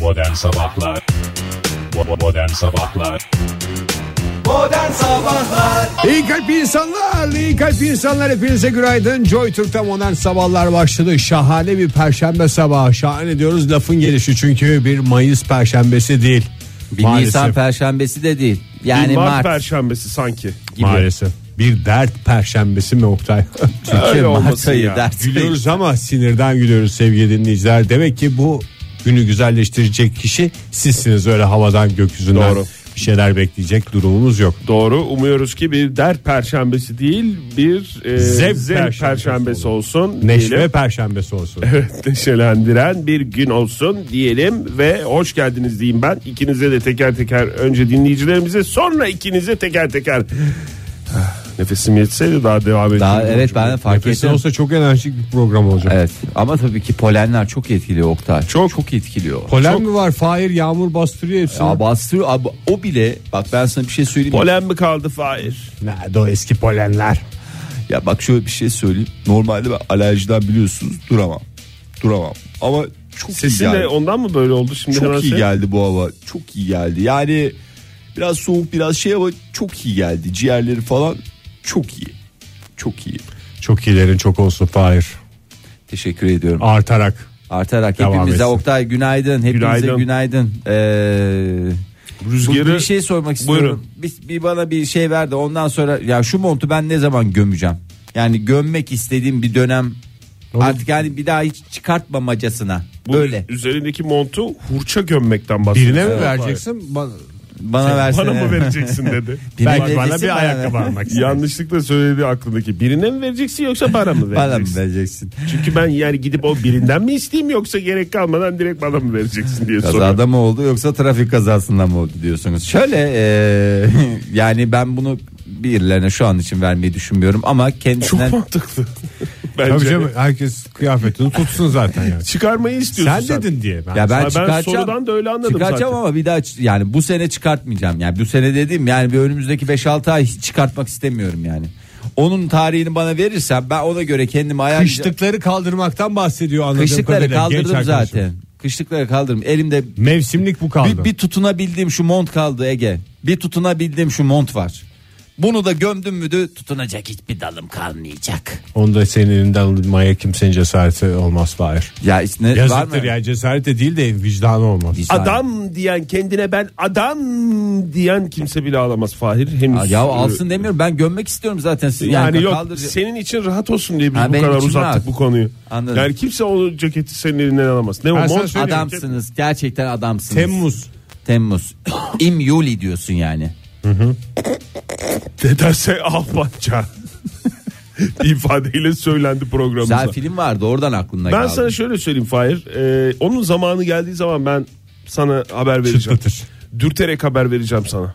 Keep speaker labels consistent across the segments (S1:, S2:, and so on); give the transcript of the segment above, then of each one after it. S1: Modern Sabahlar Bo- Modern Sabahlar
S2: Modern Sabahlar
S3: İyi kalp insanlar, iyi kalp insanlar hepinize günaydın. Joy Türk'te modern sabahlar başladı. Şahane bir perşembe sabahı. Şahane diyoruz lafın gelişi çünkü bir Mayıs perşembesi değil.
S4: Bir Nisan perşembesi de değil. Yani
S5: Bir Mart,
S4: Mart,
S5: perşembesi sanki.
S4: gibi.
S3: Maalesef. Bir dert perşembesi mi Oktay?
S4: Çünkü
S5: Öyle
S4: Mart
S5: olması
S4: ayı
S5: ya.
S4: ders ayı.
S3: gülüyoruz ama sinirden gülüyoruz sevgili dinleyiciler. Demek ki bu günü güzelleştirecek kişi sizsiniz öyle havadan gökyüzünden
S5: Doğru.
S3: bir şeyler bekleyecek durumumuz yok.
S5: Doğru. Umuyoruz ki bir dert perşembesi değil, bir e,
S3: Zevk
S5: zevk,
S3: perşembesi
S5: perşembesi, olsun.
S3: Neşve
S5: diyelim.
S3: perşembesi olsun.
S5: Evet, neşelendiren bir gün olsun diyelim ve hoş geldiniz diyeyim ben. İkinize de teker teker önce dinleyicilerimize sonra ikinize teker teker. Ah, Nefesim yetseydi daha devam edeyim.
S4: Daha evet ben de fark
S3: Nefesin
S4: ettim.
S3: olsa çok enerjik bir program olacak.
S4: Evet ama tabii ki polenler çok etkiliyor Oktay.
S5: Çok.
S4: çok etkiliyor.
S3: Polen mi var? Fahir yağmur bastırıyor hepsini.
S4: Ya bastırıyor abi o bile bak ben sana bir şey söyleyeyim. mi?
S5: Polen mi kaldı Fahir?
S3: Nerede o eski polenler?
S4: Ya bak şöyle bir şey söyleyeyim. Normalde ben alerjiden biliyorsunuz duramam. Duramam. Ama çok iyi
S5: Sesin
S4: geldi.
S5: de şey- ondan mı böyle oldu şimdi? hemen
S4: Çok iyi
S5: sen-
S4: geldi bu hava. Çok iyi geldi. Yani biraz soğuk biraz şey ama çok iyi geldi. Ciğerleri falan çok iyi. Çok iyi.
S3: Çok iyilerin çok olsun Fahir.
S4: Teşekkür ediyorum.
S3: Artarak.
S4: Artarak
S3: Devam
S4: hepimize
S3: etsin.
S4: Oktay günaydın. Hepinize günaydın.
S5: Günaydın.
S4: Ee,
S5: Rüzgarı-
S4: bu- bir şey sormak istiyorum.
S5: Buyurun.
S4: Bir, bir bana bir şey ver de ondan sonra ya şu montu ben ne zaman gömeceğim? Yani gömmek istediğim bir dönem artık yani bir daha hiç çıkartmamacasına.
S5: Bu
S4: Böyle.
S5: Üzerindeki montu hurça gömmekten bahsediyor.
S3: Birine mi
S5: Evet,
S3: vereceksin? Bana,
S4: Bana versene.
S5: Bana mı vereceksin dedi.
S4: Birine
S3: belki bana
S4: vereceksin,
S3: bir ayakkabı
S4: ver.
S3: almak istedim.
S5: Yanlışlıkla söyledi aklındaki. Birine mi vereceksin yoksa bana mı
S4: Bana mı
S5: vereceksin?
S4: vereceksin?
S5: Çünkü ben yani gidip o birinden mi isteyeyim yoksa gerek kalmadan direkt bana mı vereceksin diye soruyorum.
S4: Kazada mı oldu yoksa trafik kazasında mı oldu diyorsunuz? Şöyle e, yani ben bunu birilerine şu an için vermeyi düşünmüyorum ama kendisinden
S5: Çok mantıklı.
S3: Tabii
S5: Bence
S3: canım herkes kıyafetini tutsun zaten yani.
S5: çıkarmayı istiyorsun
S3: Sen
S5: sen.
S3: dedin diye. Ben.
S4: Ya ben,
S5: Ben
S4: çıkartacağım.
S5: sorudan da öyle anladım
S4: Çıkartacağım
S5: zaten.
S4: ama bir daha ç- yani bu sene çıkartmayacağım. Yani bu sene dediğim yani bir önümüzdeki 5-6 ay hiç çıkartmak istemiyorum yani. Onun tarihini bana verirsen ben ona göre kendimi ayarlayacağım.
S3: Kışlıkları kaldırmaktan bahsediyor anladığım
S4: Kışlıkları
S3: kadarıyla. Genç
S4: kaldırdım
S3: arkadaşım.
S4: zaten. Kışlıkları kaldırdım. Elimde
S3: Mevsimlik bu kaldı.
S4: bir, bir tutunabildiğim şu mont kaldı Ege. Bir tutunabildiğim şu mont var. Bunu da gömdüm müdü tutunacak hiçbir dalım kalmayacak.
S3: Onda senin elinden alınmaya kimsenin cesareti olmaz Fahir.
S4: Ya işte ne- var mı?
S3: Yazıktır ya cesaret de değil de vicdanı olmaz.
S4: Bir saniye.
S5: Adam diyen kendine ben adam diyen kimse bile alamaz Fahir.
S4: Ya,
S5: Henüz. e,
S4: ya alsın demiyorum ben gömmek istiyorum zaten siz
S5: Yani,
S4: yani,
S5: yok
S4: kaldır-
S5: senin için rahat olsun diye biz
S4: Ha,
S5: bu
S4: benim
S5: kadar
S4: için
S5: uzattık
S4: rahat.
S5: bu konuyu.
S4: Anladım.
S5: Yani kimse o ceketi senin elinden alamaz. Ne o
S3: Ben sana
S5: mont?
S3: söyleyeyim.
S4: Adamsınız gerçekten adamsınız.
S3: Temmuz.
S4: Temmuz. İm Yuli diyorsun yani.
S5: Dedese Almanca ifadeyle söylendi programımıza.
S4: Güzel film vardı oradan aklına
S5: Ben
S4: geldi.
S5: sana şey şöyle söyleyeyim Fahir. Ee, onun zamanı geldiği zaman ben sana haber vereceğim.
S3: Çıtlatır.
S5: Dürterek haber vereceğim sana.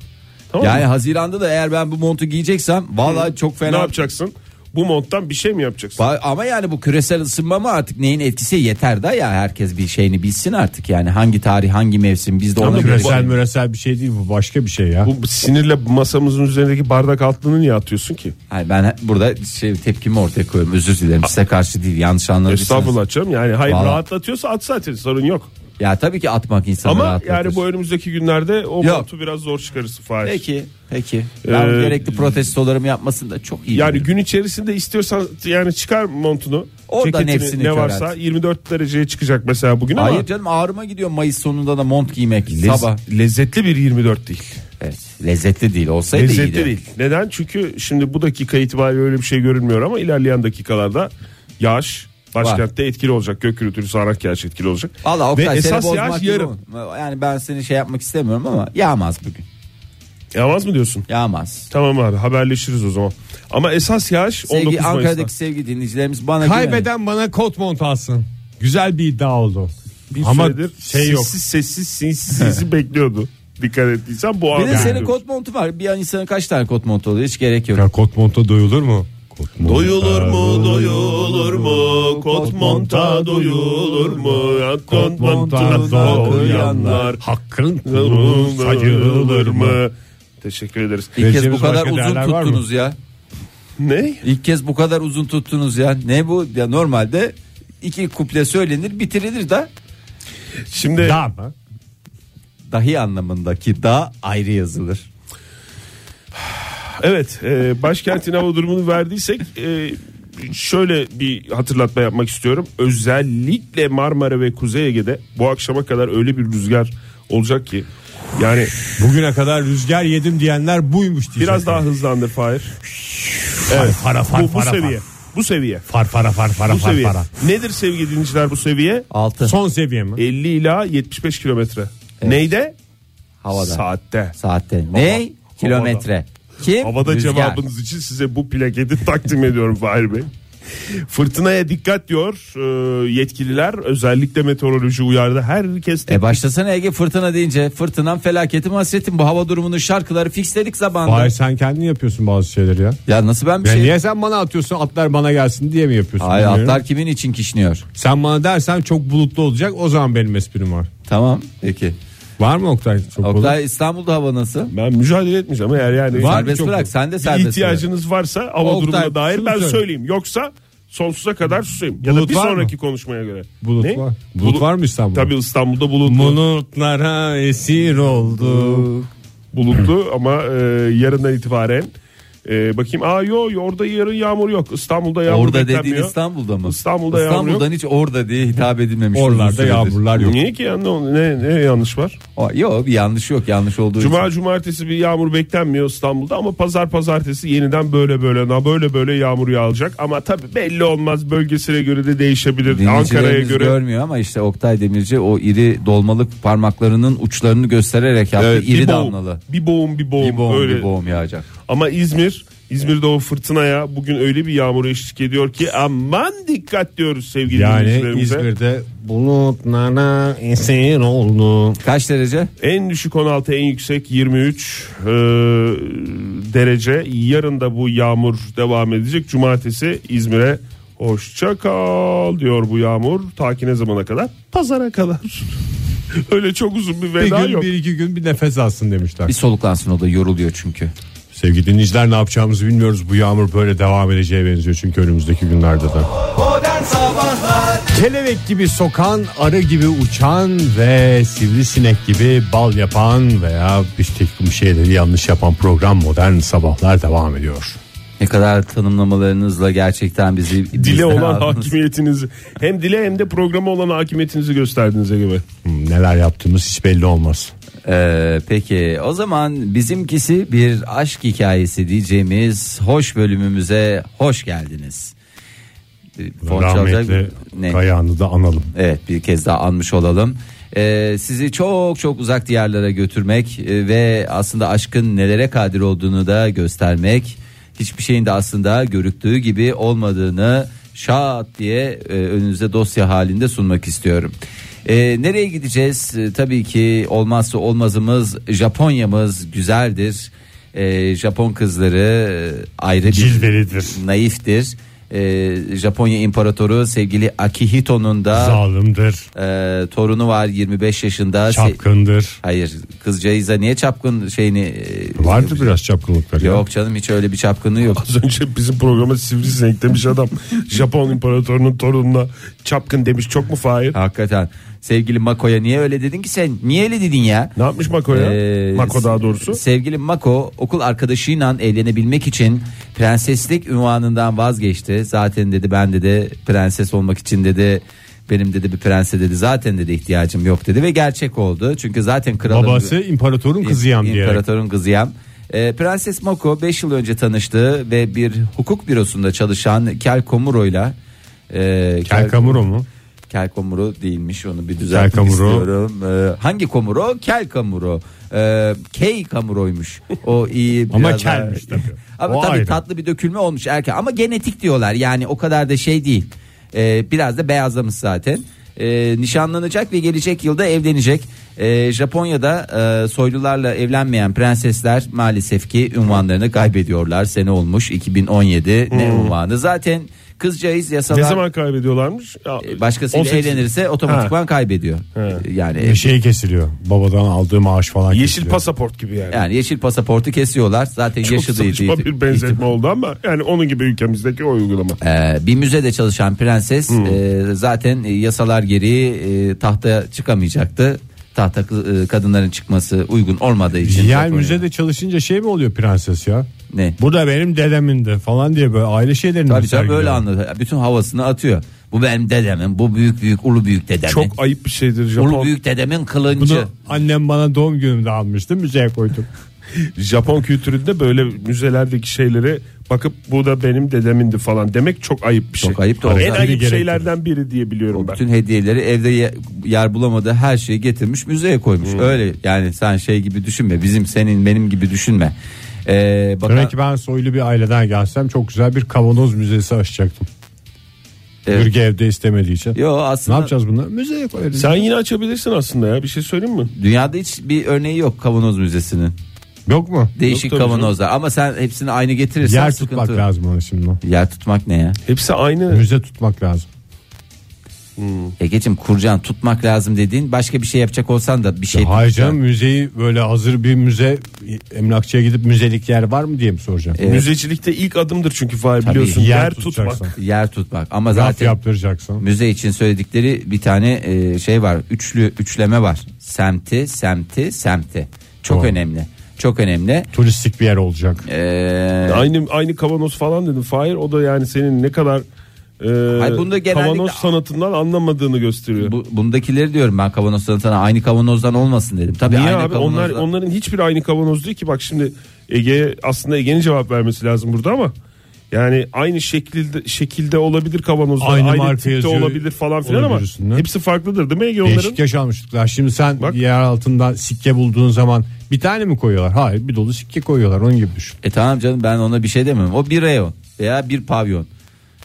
S5: Tamam
S4: Yani
S5: mı?
S4: Haziran'da da eğer ben bu montu giyeceksem valla çok fena.
S5: Ne yapacaksın? Bu monttan bir şey mi yapacaksın?
S4: Ba- Ama yani bu küresel ısınma mı artık neyin etkisi yeter da ya herkes bir şeyini bilsin artık yani hangi tarih hangi mevsim biz de ona
S5: Ama
S4: göre.
S3: Küresel müresel bir şey değil bu başka bir şey ya.
S5: bu sinirle masamızın üzerindeki bardak altlığını niye atıyorsun ki?
S4: Hayır, ben burada şey tepkimi ortaya koyuyorum özür dilerim size karşı değil yanlış anladıysanız.
S5: Estağfurullah canım yani hayır
S4: Vallahi.
S5: rahatlatıyorsa at zaten sorun yok.
S4: Ya tabii ki atmak insanı
S5: Ama
S4: rahatlatır.
S5: yani bu önümüzdeki günlerde o
S4: Yok.
S5: montu biraz zor çıkarırsın Fahir.
S4: Peki peki. Ben
S5: Ee,
S4: gerekli protestolarımı yapmasını da çok iyi.
S5: Yani
S4: bilirim.
S5: gün içerisinde istiyorsan yani çıkar montunu.
S4: Oradan
S5: ceketini,
S4: hepsini
S5: ne
S4: kör
S5: varsa
S4: at.
S5: 24 dereceye çıkacak mesela bugün ama
S4: Hayır canım ağrıma gidiyor Mayıs sonunda da mont giymek
S5: lez-
S4: sabah.
S5: lezzetli bir 24 değil.
S4: Evet, lezzetli değil olsaydı
S5: Lezzetli
S4: iyiydi.
S5: E, değil. Neden? Çünkü şimdi bu dakika itibariyle öyle bir şey görünmüyor ama ilerleyen dakikalarda yağış başkentte etkili olacak. Gök gürültülü sağanak yağış etkili olacak.
S4: Valla Oktay
S5: Ve
S4: seni
S5: esas
S4: bozmak
S5: yağış
S4: gibi
S5: yarın.
S4: olma. Yani ben seni şey yapmak istemiyorum ama yağmaz bugün.
S5: E, Yağmaz mı diyorsun?
S4: Yağmaz.
S5: Tamam abi haberleşiriz o zaman. Ama esas yağış 19
S4: Sevgi,
S5: Mayıs'ta.
S4: Ankara'daki sevgi dinleyicilerimiz bana güvenin.
S3: Kaybeden bana kot mont alsın. Güzel bir iddia oldu.
S5: Bir
S3: Ama
S5: süredir
S3: şey yok.
S5: sessiz sessiz sinsiz sinsiz bekliyordu. Dikkat ettiysen bu
S4: Bir
S5: anı
S4: de senin
S5: bekliyordu.
S4: kot montu var. Bir an insanın kaç tane kot montu oluyor hiç gerek yok.
S3: Ya kot monta doyulur mu? Kot monta
S5: Doyulur mu doyulur mu kot monta doyulur mu Ya kot montuna doyanlar
S3: Hakkın kulu
S5: Kılın
S3: sayılır mı?
S5: Teşekkür ederiz.
S4: İlk kez bu
S3: Vereceğimiz
S4: kadar
S3: başka
S4: uzun
S3: değerler var mı?
S4: tuttunuz ya.
S5: Ne?
S4: İlk kez bu kadar uzun tuttunuz ya. Ne bu? Ya normalde iki kuple söylenir bitirilir de
S5: Şimdi
S3: Da mı?
S4: dahi anlamındaki da ayrı yazılır.
S5: Evet e, başkentin hava durumunu verdiysek e, şöyle bir hatırlatma yapmak istiyorum. Özellikle Marmara ve Kuzey Ege'de bu akşama kadar öyle bir rüzgar olacak ki yani
S3: Bugüne kadar rüzgar yedim diyenler buymuş diye.
S5: biraz daha hızlandır Fahir.
S3: evet. fara far
S5: Bu, bu
S3: fara
S5: seviye. Bu seviye.
S3: far fara far fara
S5: Bu
S3: far
S5: seviye.
S3: fara.
S5: Nedir sevgili dinleyiciler bu seviye?
S4: 6
S3: Son seviye mi?
S5: 50 ila 75 kilometre. Neyde?
S4: havada.
S5: Saatte.
S4: Saatte. Ne? Kilometre. Kim?
S5: Havada
S4: Rüzgar.
S5: cevabınız için size bu plaketi takdim ediyorum Fahir Bey. Fırtınaya dikkat diyor e, yetkililer. Özellikle meteoroloji uyardı. Herkes tek-
S4: E başlasana Ege fırtına deyince fırtınam felaketim hasretim bu hava durumunun şarkıları fixledik zamanında.
S3: Hayır sen kendin yapıyorsun bazı şeyleri ya.
S4: Ya nasıl ben bir
S3: Ya
S4: şey?
S3: niye sen bana atıyorsun atlar bana gelsin diye mi yapıyorsun?
S4: Hayır
S3: bilmiyorum.
S4: atlar kimin için kişniyor?
S3: Sen bana dersen çok bulutlu olacak o zaman benim esprim var.
S4: Tamam peki.
S3: Var mı Oktay? Çok bulut?
S4: Oktay İstanbul'da hava nasıl?
S5: Ben mücadele etmeyeceğim eğer
S4: Var
S5: yani. Bir
S4: serbest
S3: çok-
S4: bırak sen de
S5: bir
S4: serbest bırak.
S5: ihtiyacınız varsa hava
S4: Oktay,
S5: durumuna dair
S3: şunu
S5: ben
S3: söyle.
S5: söyleyeyim. Yoksa sonsuza kadar susayım. Ya da
S3: Bulut
S5: bir
S3: var mı?
S5: sonraki konuşmaya göre.
S3: Bulut
S5: Ne?
S3: var. Bulut, var mı İstanbul'da?
S5: Tabii İstanbul'da bulutlu.
S3: Bulutlara esir oldu.
S5: bulutlu ama e, yarından itibaren e, bakayım. Aa yo yo, orada yarın yağmur yok. İstanbul'da yağmur
S4: Orada dediğin
S5: beklenmiyor.
S4: İstanbul'da mı?
S5: İstanbul'da yağmur
S4: İstanbul'dan hiç orada diye hitap edilmemiş. uzun
S3: Oralarda
S4: süredir.
S3: yağmurlar yok.
S5: Niye ki ya ne, ne, ne yanlış var?
S4: O- Yok bir yanlış yok yanlış olduğu
S5: Cuma
S4: için.
S5: cumartesi bir yağmur beklenmiyor İstanbul'da ama pazar pazartesi yeniden böyle böyle na böyle böyle yağmur yağacak ama tabii belli olmaz bölgesine göre de değişebilir. Ankara'ya
S4: Dinleyicilerimiz
S5: göre
S4: görmüyor ama işte Oktay Demirci o iri dolmalık parmaklarının uçlarını göstererek yaptı.
S5: Evet,
S4: iri
S5: bir boğum,
S4: damlalı.
S5: Bir boğum bir boğum,
S4: Bir boğum
S5: öyle.
S4: bir boğum yağacak.
S5: Ama İzmir İzmir'de o fırtınaya bugün öyle bir yağmur eşlik ediyor ki aman dikkat diyoruz sevgili
S3: Yani
S5: dinleyicilerimize.
S3: İzmir'de bulutlara esir oldu.
S4: Kaç derece?
S5: En düşük 16 en yüksek 23 e, derece. Yarın da bu yağmur devam edecek. Cumartesi İzmir'e hoşça kal diyor bu yağmur. Ta ki ne zamana kadar? Pazara kadar. Öyle çok uzun bir
S3: Bir
S5: veda
S3: gün
S5: yok.
S3: bir iki gün bir nefes alsın demişler.
S4: Bir soluklansın o da yoruluyor çünkü.
S3: Sevgili dinleyiciler ne yapacağımızı bilmiyoruz. Bu yağmur böyle devam edeceğe benziyor çünkü önümüzdeki günlerde de.
S6: Modern Sabahlar
S3: Kelebek gibi sokan, arı gibi uçan ve sivrisinek gibi bal yapan veya bir takım şeyleri yanlış yapan program Modern Sabahlar devam ediyor.
S4: Ne kadar tanımlamalarınızla gerçekten bizi bizden
S5: Dile olan
S4: aldınız.
S5: hakimiyetinizi hem dile hem de programa olan hakimiyetinizi gösterdiğinize gibi.
S3: Hmm, neler yaptığımız hiç belli olmaz.
S4: Ee, peki o zaman bizimkisi bir aşk hikayesi diyeceğimiz hoş bölümümüze hoş geldiniz. Ee, fon
S3: Rahmetli
S4: çalacak- ne?
S3: Kayahan'ı da analım.
S4: Evet bir kez daha anmış olalım. Ee, sizi çok çok uzak diyarlara götürmek e, ve aslında aşkın nelere kadir olduğunu da göstermek. Hiçbir şeyin de aslında görüktüğü gibi olmadığını şahat diye e, önünüze dosya halinde sunmak istiyorum. Ee, nereye gideceğiz? Ee, tabii ki olmazsa olmazımız Japonya'mız güzeldir. Ee, Japon kızları e, ayrı bir
S3: Cilvelidir.
S4: naiftir. Ee, Japonya İmparatoru sevgili Akihito'nun da
S3: Zalimdir.
S4: e, torunu var 25 yaşında. Se-
S3: Çapkındır.
S4: Hayır kızcağıza niye çapkın şeyini e,
S3: Vardı biraz çapkınlıkları. ya.
S4: Yok canım hiç öyle bir çapkınlığı yok.
S5: Az önce bizim programa sivrisinek demiş adam. Japon imparatorunun torununa çapkın demiş. Çok mu Fahir?
S4: Hakikaten. Sevgili Mako'ya niye öyle dedin ki sen? Niye öyle dedin ya?
S5: Ne yapmış Mako'ya?
S4: Ee,
S5: Mako daha doğrusu.
S4: Sevgili Mako okul arkadaşıyla evlenebilmek için prenseslik ünvanından vazgeçti. Zaten dedi ben dedi prenses olmak için dedi benim dedi bir prense dedi zaten dedi ihtiyacım yok dedi ve gerçek oldu. Çünkü zaten kralın
S3: Babası imparatorun kızıyam diyerek.
S4: İmparatorun kızıyam. Ee, Prenses Moko 5 yıl önce tanıştığı ve bir hukuk bürosunda çalışan Kel Komuro'yla e,
S3: Kel Kamuro mu?
S4: Kel Komuro değilmiş onu bir düzeltmek
S3: Kel Komuro.
S4: istiyorum. Ee, hangi Komuro? Kel Komuro. Ee, Key Kamuro'ymuş. O iyi
S3: Ama
S4: biraz daha-
S3: kelmiş tabii.
S4: Ama
S3: O
S4: tabii
S3: ayrı.
S4: tatlı bir dökülme olmuş erken ama genetik diyorlar. Yani o kadar da şey değil. Ee, biraz da beyazlamış zaten. Ee, nişanlanacak ve gelecek yılda evlenecek. Ee, Japonya'da e, soylularla evlenmeyen prensesler maalesef ki ünvanlarını kaybediyorlar. Sene olmuş 2017 ne
S3: Hmm.
S4: unvanı. Zaten kızcağız yasalar
S5: Ne zaman kaybediyorlarmış? Ya,
S4: e, başkasıyla
S5: 18.
S4: evlenirse otomatikman kaybediyor. E, Yani
S3: Bir şey kesiliyor. Babadan aldığı maaş falan
S5: Yeşil
S3: kesiliyor.
S5: pasaport gibi yani.
S4: yani yeşil pasaportu kesiyorlar. Zaten
S5: Çok
S4: yaşı da
S5: saçma
S4: iyi-
S5: bir benzetme oldu ama yani onun gibi ülkemizdeki o uygulama.
S4: Ee, bir müzede çalışan prenses e, zaten e, yasalar gereği e, tahta e, çıkamayacaktı. tahta kı- e, kadınların çıkması uygun olmadığı için.
S3: Yani
S4: Japonya'da.
S3: müzede çalışınca şey mi oluyor prenses ya?
S4: Ne?
S3: Bu da benim dedemindi falan diye böyle aile şeylerini mi
S4: Tabii tabii
S3: sergiliyor?
S4: böyle anlatıyor. Bütün havasını atıyor. Bu benim dedemin, bu büyük büyük ulu büyük dedemin.
S5: Çok ayıp bir şeydir
S4: ulu
S5: Japon.
S4: büyük dedemin kılıncı.
S3: Bunu annem bana doğum günümde almıştı müzeye koydum.
S5: Japon kültüründe böyle müzelerdeki şeylere bakıp bu da benim dedemindi falan demek çok ayıp bir şey.
S4: Çok ayıp da
S5: En
S4: olsa-
S5: ayıp
S3: Gerektirir.
S5: şeylerden biri diye biliyorum
S4: O
S5: ben.
S4: bütün hediyeleri evde ye- yer bulamadığı her şeyi getirmiş müzeye koymuş.
S3: Hmm.
S4: Öyle yani sen şey gibi düşünme. Bizim senin benim gibi düşünme. Ee, bakan-
S3: Demek ki ben soylu bir aileden gelsem çok güzel bir kavanoz müzesi açacaktım.
S4: Evet.
S3: Bürge evde istemediği için.
S4: Yo
S3: Ne
S4: aslında
S3: yapacağız bunu? Müzeye koyarız.
S5: Sen yine açabilirsin aslında ya bir şey söyleyeyim mi?
S4: dünyada hiç bir örneği yok kavanoz müzesinin.
S3: Yok mu?
S4: Değişik
S5: Yok tabii
S4: kavanozlar ama sen hepsini aynı getirirsen
S3: Yer
S4: sıkıntı.
S3: tutmak lazım ona şimdi.
S4: Yer tutmak ne ya?
S5: Hepsi aynı.
S3: Müze tutmak lazım.
S4: Egeciğim kurcan tutmak lazım dediğin başka bir şey yapacak olsan da bir şey.
S3: Hayır
S4: tutacaksın.
S3: canım müzeyi böyle hazır bir müze emlakçıya gidip müzelik yer var mı diye mi soracağım?
S4: Evet.
S5: Müzecilikte ilk adımdır çünkü Fahir biliyorsun.
S3: Yer
S5: Yer,
S3: tutacaksın.
S5: tutmak.
S4: Yer tutmak ama
S3: Raf
S4: zaten
S3: yaptıracaksın.
S4: müze için söyledikleri bir tane e, şey var. Üçlü üçleme var. Semti, semti, semti. Çok
S3: Doğru.
S4: önemli. Çok önemli.
S3: Turistik bir yer olacak.
S4: Ee,
S5: Aynı aynı kavanoz falan dedim. Fahir o da yani senin ne kadar e,
S4: Hayır, bunda genellikle-
S5: kavanoz sanatından anlamadığını gösteriyor.
S4: bu, bundakileri diyorum ben kavanozdan sana aynı kavanozdan olmasın dedim. Tabii
S5: Niye
S4: aynı
S5: abi? Onlar,
S4: kavanozdan.
S5: onların hiçbir aynı kavanoz değil ki. Bak şimdi Ege aslında Ege'nin cevap vermesi lazım burada ama yani aynı şekilde şekilde olabilir kavanozlar,
S3: Aynı
S5: aynı,
S3: marka
S5: tipte
S3: yazıyor,
S5: olabilir falan filan ama
S3: olabilir üstünde.
S5: hepsi farklıdır değil mi Ege onların?
S3: Değişik yaşanmışlıklar. Şimdi sen
S5: Bak.
S3: yer altında sikke bulduğun zaman bir tane mi koyuyorlar? Hayır bir dolu sikke koyuyorlar onun gibi düşün.
S4: E tamam canım ben ona bir şey demem. O bir reyon veya bir pavyon.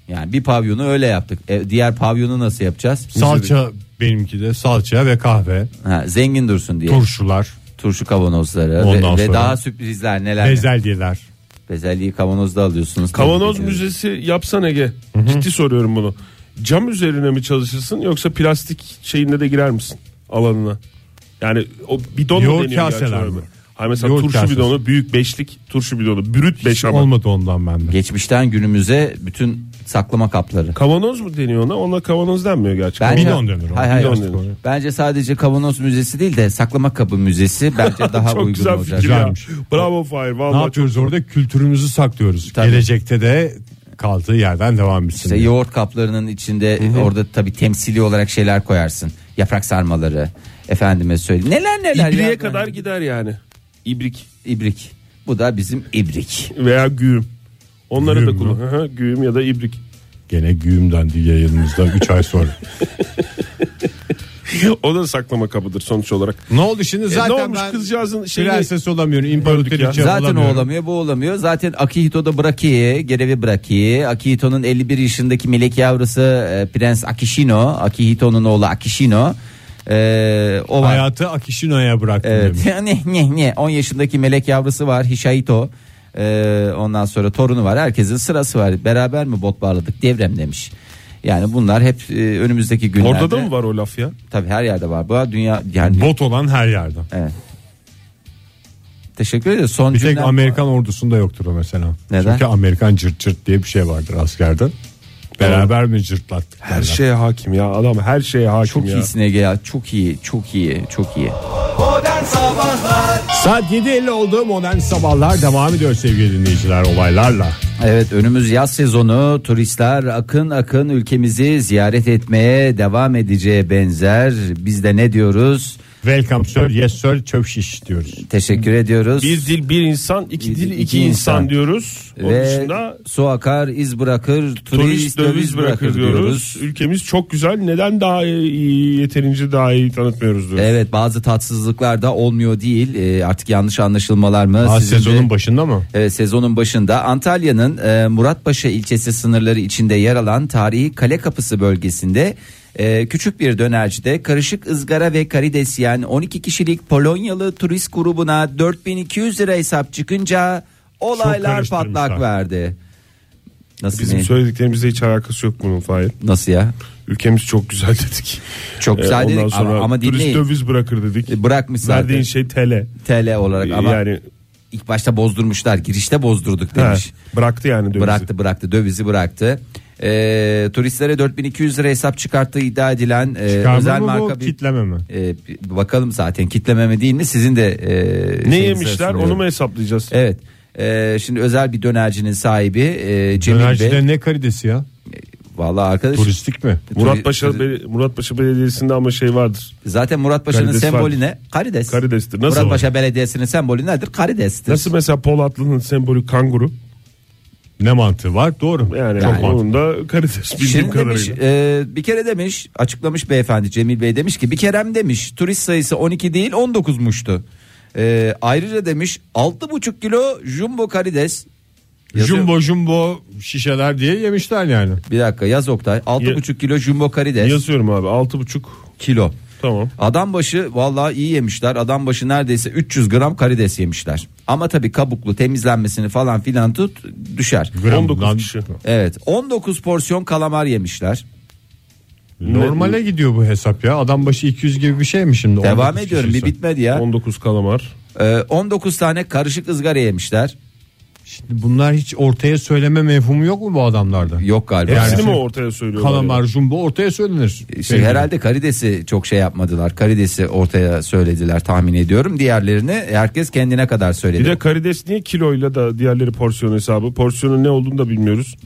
S4: Yani bir pavyonu öyle yaptık. E, diğer pavyonu nasıl yapacağız?
S3: Salça benimki de salça ve kahve,
S4: Ha, zengin dursun diye.
S3: turşular,
S4: Turşu kavanozları ve,
S3: Ondan
S4: ve
S3: sonra-
S4: daha sürprizler neler.
S3: bezelyeler.
S4: Bezelyeyi kavanozda alıyorsunuz.
S5: Kavanoz
S4: Tebrik ediyorum.
S5: müzesi yapsan Ege. Ciddi soruyorum bunu. Cam üzerine mi çalışırsın yoksa plastik şeyinde de girer misin alanına? Yani o bidon mu
S3: Yoğurt
S5: deniyor gerçi
S3: kaseler
S5: ona?
S3: mi?
S5: Hayır mesela
S3: Yoğurt
S5: turşu
S3: kasesi.
S5: bidonu büyük beşlik turşu bidonu brüt beş ama.
S3: Olmadı ondan bende.
S4: Geçmişten günümüze bütün saklama kapları.
S5: Kavanoz mu deniyor ona? Ona kavanoz denmiyor gerçi.
S3: Bidon denir ona,
S4: Hayır, hayır.
S5: bidon denir.
S4: Bence sadece kavanoz müzesi değil de saklama kabı müzesi bence daha
S5: Çok
S4: uygun
S5: güzel
S4: olacak.
S5: fikir ya.
S3: Güzelmiş.
S5: Bravo Fahir. Vallahi
S3: Ne yapıyoruz
S5: çok-
S3: orada? Kültürümüzü saklıyoruz.
S4: Tabii.
S3: Gelecekte de kaldığı yerden devam etsin.
S4: İşte
S3: diye.
S4: yoğurt kaplarının içinde orada tabii temsili olarak şeyler koyarsın. Yaprak sarmaları. Efendime söyleyeyim. Neler neler.
S5: İbriğe
S4: ya.
S5: kadar gider yani. İbrik
S4: İbrik. Bu da bizim ibrik.
S5: veya güğüm. Onları
S3: Güğüm
S5: da kullan. Hı hı, güğüm ya da ibrik.
S3: Gene güğümden diye yayınımızda 3 ay sonra.
S5: o da saklama kabıdır sonuç olarak.
S3: Ne oldu
S4: E,
S3: şimdi zaten
S5: ne olmuş
S3: ben
S5: kızcağızın şeyi-
S3: prenses olamıyorum, imparatoriçe
S4: Zaten
S3: olamıyorum.
S4: o olamıyor bu olamıyor. Zaten Akihito da bırakıyor. Görevi bırakıyor. Akihito'nun 51 yaşındaki melek yavrusu e, Prens Akishino. Akihito'nun oğlu Akishino. E, o var.
S3: Hayatı Akishino'ya bıraktım
S4: Evet.
S3: demiş.
S4: ne ne ne 10 yaşındaki melek yavrusu var Hishaito. Ee, ondan sonra torunu var. Herkesin sırası var. Beraber mi bot bağladık devrem demiş. Yani bunlar hep e, önümüzdeki günlerde.
S5: Orada da mı var o laf ya?
S4: Tabii her yerde var. Bu dünya yani
S3: Bot olan her yerde.
S4: evet. Teşekkür ederim. Son
S3: Bir tek
S4: cümlem-
S3: Amerikan ordusunda yoktur o mesela.
S4: Neden?
S3: Çünkü Amerikan cırt cırt diye bir şey vardır askerden. Beraber mi cırtlattık?
S5: Her şeye hakim ya adam her şeye hakim
S4: çok
S5: ya.
S4: iyisin Ege ya. Çok iyi, çok iyi, çok iyi.
S7: Modern Sabahlar
S3: Saat 7.50 oldu modern sabahlar devam ediyor sevgili dinleyiciler olaylarla.
S4: Evet önümüz yaz sezonu turistler akın akın ülkemizi ziyaret etmeye devam edeceğe benzer. Biz de ne diyoruz?
S3: Welcome sir, yes sir, çöp şiş diyoruz.
S4: Teşekkür ediyoruz.
S5: Bir dil bir insan, iki
S4: Bir
S5: dil
S4: dil,
S5: iki,
S4: iki
S5: insan,
S4: insan.
S5: diyoruz. Onun
S4: Ve
S5: dışında
S4: su akar iz bırakır turist,
S5: turist
S4: döviz,
S5: döviz
S4: bırakır, diyoruz.
S5: Ülkemiz çok güzel. Neden daha iyi, yeterince daha iyi tanıtmıyoruz diyoruz.
S4: Evet bazı tatsızlıklar da olmuyor değil Ee, artık yanlış anlaşılmalar mı?
S3: Aa,
S4: Sizin de-
S3: sezonun başında mı?
S4: Evet, e, sezonun başında Antalya'nın e, Muratpaşa ilçesi sınırları içinde yer alan tarihi Kale Kapısı bölgesinde e, küçük bir dönercide karışık ızgara ve karides yiyen 12 kişilik Polonyalı turist grubuna 4200 lira hesap çıkınca olaylar
S3: karıştırmışlar.
S4: patlak verdi. Nasıl
S5: Bizim
S4: ne?
S5: söylediklerimizle hiç alakası yok bunun Fahir.
S4: Nasıl ya?
S5: Ülkemiz çok güzel dedik.
S4: Çok
S5: Ee,
S4: güzel
S5: ondan
S4: dedik
S5: sonra
S4: ama, ama
S5: turist
S4: dinleyin.
S5: döviz bırakır dedik.
S4: E, Bırakmış zaten
S5: Verdiğin şey TL. Ee,
S4: TL olarak ama
S5: yani
S4: ilk başta bozdurmuşlar girişte bozdurduk
S5: he,
S4: demiş.
S5: bıraktı yani dövizi.
S4: Bıraktı bıraktı dövizi bıraktı. E, turistlere 4200 lira hesap çıkarttığı iddia edilen e,
S3: Çıkarma
S4: özel
S3: mı bu
S4: marka bir
S3: kitleme mi?
S4: E, bir bakalım zaten kitlememe değil mi sizin de e,
S5: Ne
S4: şeyinize
S5: yemişler
S4: sunuyorum.
S5: onu mu hesaplayacağız?
S4: şey, Evet. E, şimdi özel bir dönercinin sahibi e, Cemil Bey.
S3: Dönercide ne karidesi ya?
S4: Vallahi arkadaş
S3: Turistik mi?
S5: Murat Paşa Beli- Murat Paşa Belediyesi'nde ama şey vardır.
S4: Zaten Murat Paşa'nın
S5: Karides
S4: sembolü
S5: var.
S4: ne? Karides.
S5: Karidestir. Nasıl
S4: Murat
S5: var?
S4: Paşa Belediyesi'nin sembolü nedir? Karidestir.
S5: Nasıl mesela Polatlı'nın sembolü kanguru?
S3: Ne mantığı var? Doğru.
S5: Yani,
S3: Çok
S5: yani.
S3: mantıklı.
S5: onun da karides bildiğim
S4: Şimdi demiş,
S5: kadarıyla.
S4: e, bir kere demiş açıklamış beyefendi Cemil Bey demiş ki bir kerem demiş turist sayısı 12 değil 19'muştu. E, ayrıca demiş 6,5 kilo jumbo karides. Yazıyor.
S3: Jumbo jumbo şişeler diye yemişler yani.
S4: Bir dakika yaz Oktay 6,5 kilo jumbo karides
S5: Yazıyorum abi altı buçuk.
S4: kilo.
S5: Tamam.
S4: Adam başı vallahi iyi yemişler. Adam başı neredeyse 300 gram karides yemişler. Ama tabii kabuklu temizlenmesini falan filan tut düşer.
S5: 19
S3: Gramdan-
S5: kişi.
S4: Evet 19 porsiyon kalamar yemişler.
S3: Normale gidiyor bu hesap ya. Adam başı 200 gibi bir şey mi şimdi?
S4: Devam
S3: 19
S4: ediyorum bir
S3: kişiyse.
S4: bitmedi ya.
S5: 19 kalamar.
S4: Ee, 19 tane karışık ızgara yemişler.
S3: Şimdi bunlar hiç ortaya söyleme mevhumu yok mu bu adamlarda?
S4: Yok galiba.
S3: Yani-
S5: Hepsini
S3: Şimdi-
S5: mi ortaya söylüyorlar?
S3: Kalamar jumbo ortaya söylenir.
S4: İşte
S3: Belki.
S4: E, şey, herhalde karidesi çok şey yapmadılar. Karidesi ortaya söylediler tahmin ediyorum. Diğerlerini herkes kendine kadar söyledi.
S5: Bir de karides niye kiloyla da diğerleri porsiyon hesabı? Porsiyonun ne olduğunu da bilmiyoruz.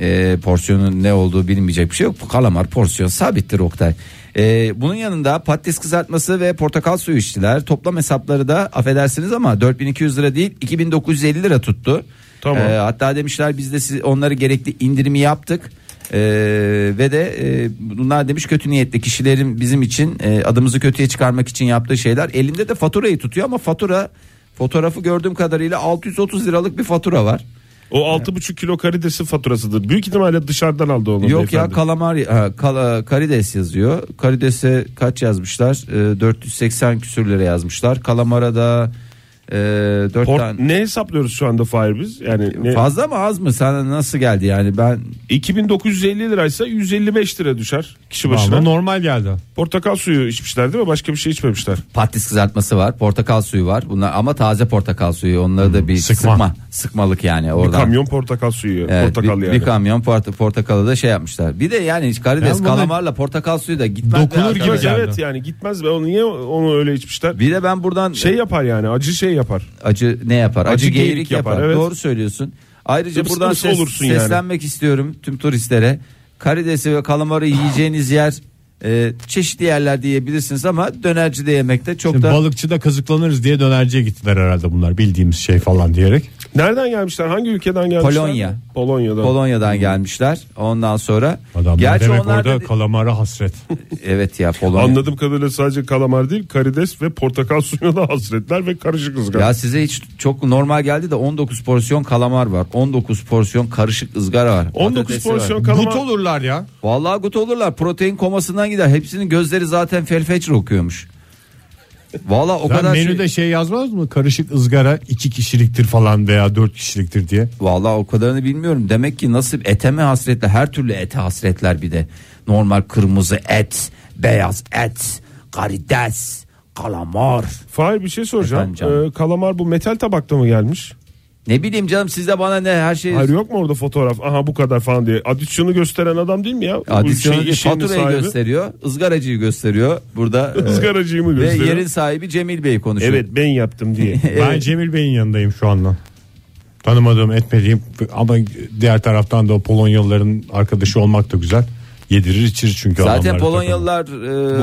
S4: Ee, porsiyonun ne olduğu bilinmeyecek bir şey yok. Bu Kalamar porsiyon sabittir Oktay. Ee, bunun yanında patates kızartması ve portakal suyu içtiler. Toplam hesapları da affedersiniz ama 4200 lira değil 2950 lira tuttu.
S5: Tamam.
S4: Ee, hatta demişler biz de siz, onları gerekli indirimi yaptık. Ee, ve de e, bunlar demiş kötü niyetli kişilerin bizim için e, adımızı kötüye çıkarmak için yaptığı şeyler. Elinde de faturayı tutuyor ama fatura fotoğrafı gördüğüm kadarıyla 630 liralık bir fatura var.
S5: O altı buçuk kilo karidesi faturasıdır. Büyük ihtimalle dışarıdan aldı
S4: Yok
S5: onu.
S4: ya
S5: beyefendi.
S4: kalamar ha, kala- karides yazıyor. Karidese kaç yazmışlar? Ee, 480 küsür lira yazmışlar. Kalamara da e, 4
S5: Port-
S4: tane.
S5: ne hesaplıyoruz şu anda Fahir biz? Yani ne-
S4: Fazla mı az mı? Sana nasıl geldi yani ben
S5: 2950 liraysa 155 lira düşer kişi
S3: Bana
S5: başına.
S3: normal geldi.
S5: Portakal suyu içmişler değil mi? Başka bir şey içmemişler.
S4: patates kızartması var, portakal suyu var. Bunlar ama taze portakal suyu. Onları da bir sıkma,
S3: sıkma.
S4: sıkmalık yani
S5: Hmm, Bir
S4: oradan.
S5: kamyon portakal suyu.
S4: Evet,
S5: portakal
S4: bir,
S5: yani.
S4: bir kamyon port- portakalı da şey yapmışlar. Bir de yani karides,
S3: Yani bunu-
S4: kalamarla portakal suyu da gitmez. be
S3: Dokunur gibi
S5: Evet,
S4: arkadaş.
S3: geldi.
S5: evet yani gitmez be. Onu niye onu öyle içmişler?
S4: Bir de ben buradan
S5: Şey yapar yani acı şey yapar.
S4: acı ne yapar? Acı,
S5: Acı
S4: geyirik,
S5: geyirik
S4: yapar.
S5: yapar, evet.
S4: Doğru söylüyorsun. Ayrıca
S5: Tıpkı
S4: buradan
S5: nasıl
S4: ses-
S5: olursun yani.
S4: seslenmek istiyorum tüm turistlere. Karidesi ve kalamarı yiyeceğiniz yer e, çeşitli yerler diyebilirsiniz ama dönerci de yemekte çok
S3: Şimdi
S4: da
S3: balıkçı da kazıklanırız diye dönerciye gittiler herhalde bunlar bildiğimiz şey falan diyerek.
S5: Nereden gelmişler? Hangi ülkeden gelmişler?
S4: Polonya.
S5: Polonya'dan.
S4: Polonya'dan gelmişler. Ondan sonra
S3: Adamlar
S4: gerçi
S3: demek
S4: onlar da-
S3: orada kalamara hasret.
S4: evet ya Polonya.
S5: Anladığım kadarıyla sadece kalamar değil karides ve portakal suyuna da hasretler ve karışık ızgara.
S4: Ya size hiç çok normal geldi de 19 porsiyon kalamar var. 19 porsiyon karışık ızgara var.
S5: 19
S4: patatesi var.
S5: porsiyon
S3: But
S5: kalamar.
S3: olurlar ya.
S4: Vallahi gut olurlar. Protein komasından gider. Hepsinin gözleri zaten felfeçir okuyormuş. Vallahi o
S3: Sen
S4: kadar
S3: menüde
S4: şey,
S3: şey... yazmaz mı? Karışık ızgara iki kişiliktir falan veya dört kişiliktir diye.
S4: vallahi o kadarını bilmiyorum. Demek ki nasıl eteme hasretler, her türlü ete hasretler bir de. Normal kırmızı et, beyaz et, karides, kalamar.
S5: Fahir bir şey soracağım.
S4: Efendim canım.
S5: Ee, kalamar bu metal tabakta mı gelmiş?
S4: Ne bileyim canım sizde bana ne her şey
S5: Hayır yok mu orada fotoğraf? Aha bu kadar falan diye. Adisyonu gösteren adam değil mi ya? Bu
S4: Adisyonu
S5: şey- şeyin
S4: faturayı
S5: sahibi.
S4: gösteriyor, ızgaracıyı gösteriyor. Burada e,
S5: Izgaracıyı mı
S4: ve
S5: gösteriyor?
S4: yerin sahibi Cemil Bey konuşuyor.
S5: Evet ben yaptım diye.
S3: Ben Cemil Bey'in yanındayım şu anda. Tanımadığım etmediğim ama diğer taraftan da o Polonyalıların arkadaşı olmak da güzel. Yedirir içirir çünkü
S4: Zaten
S3: adamlar
S4: Polonyalılar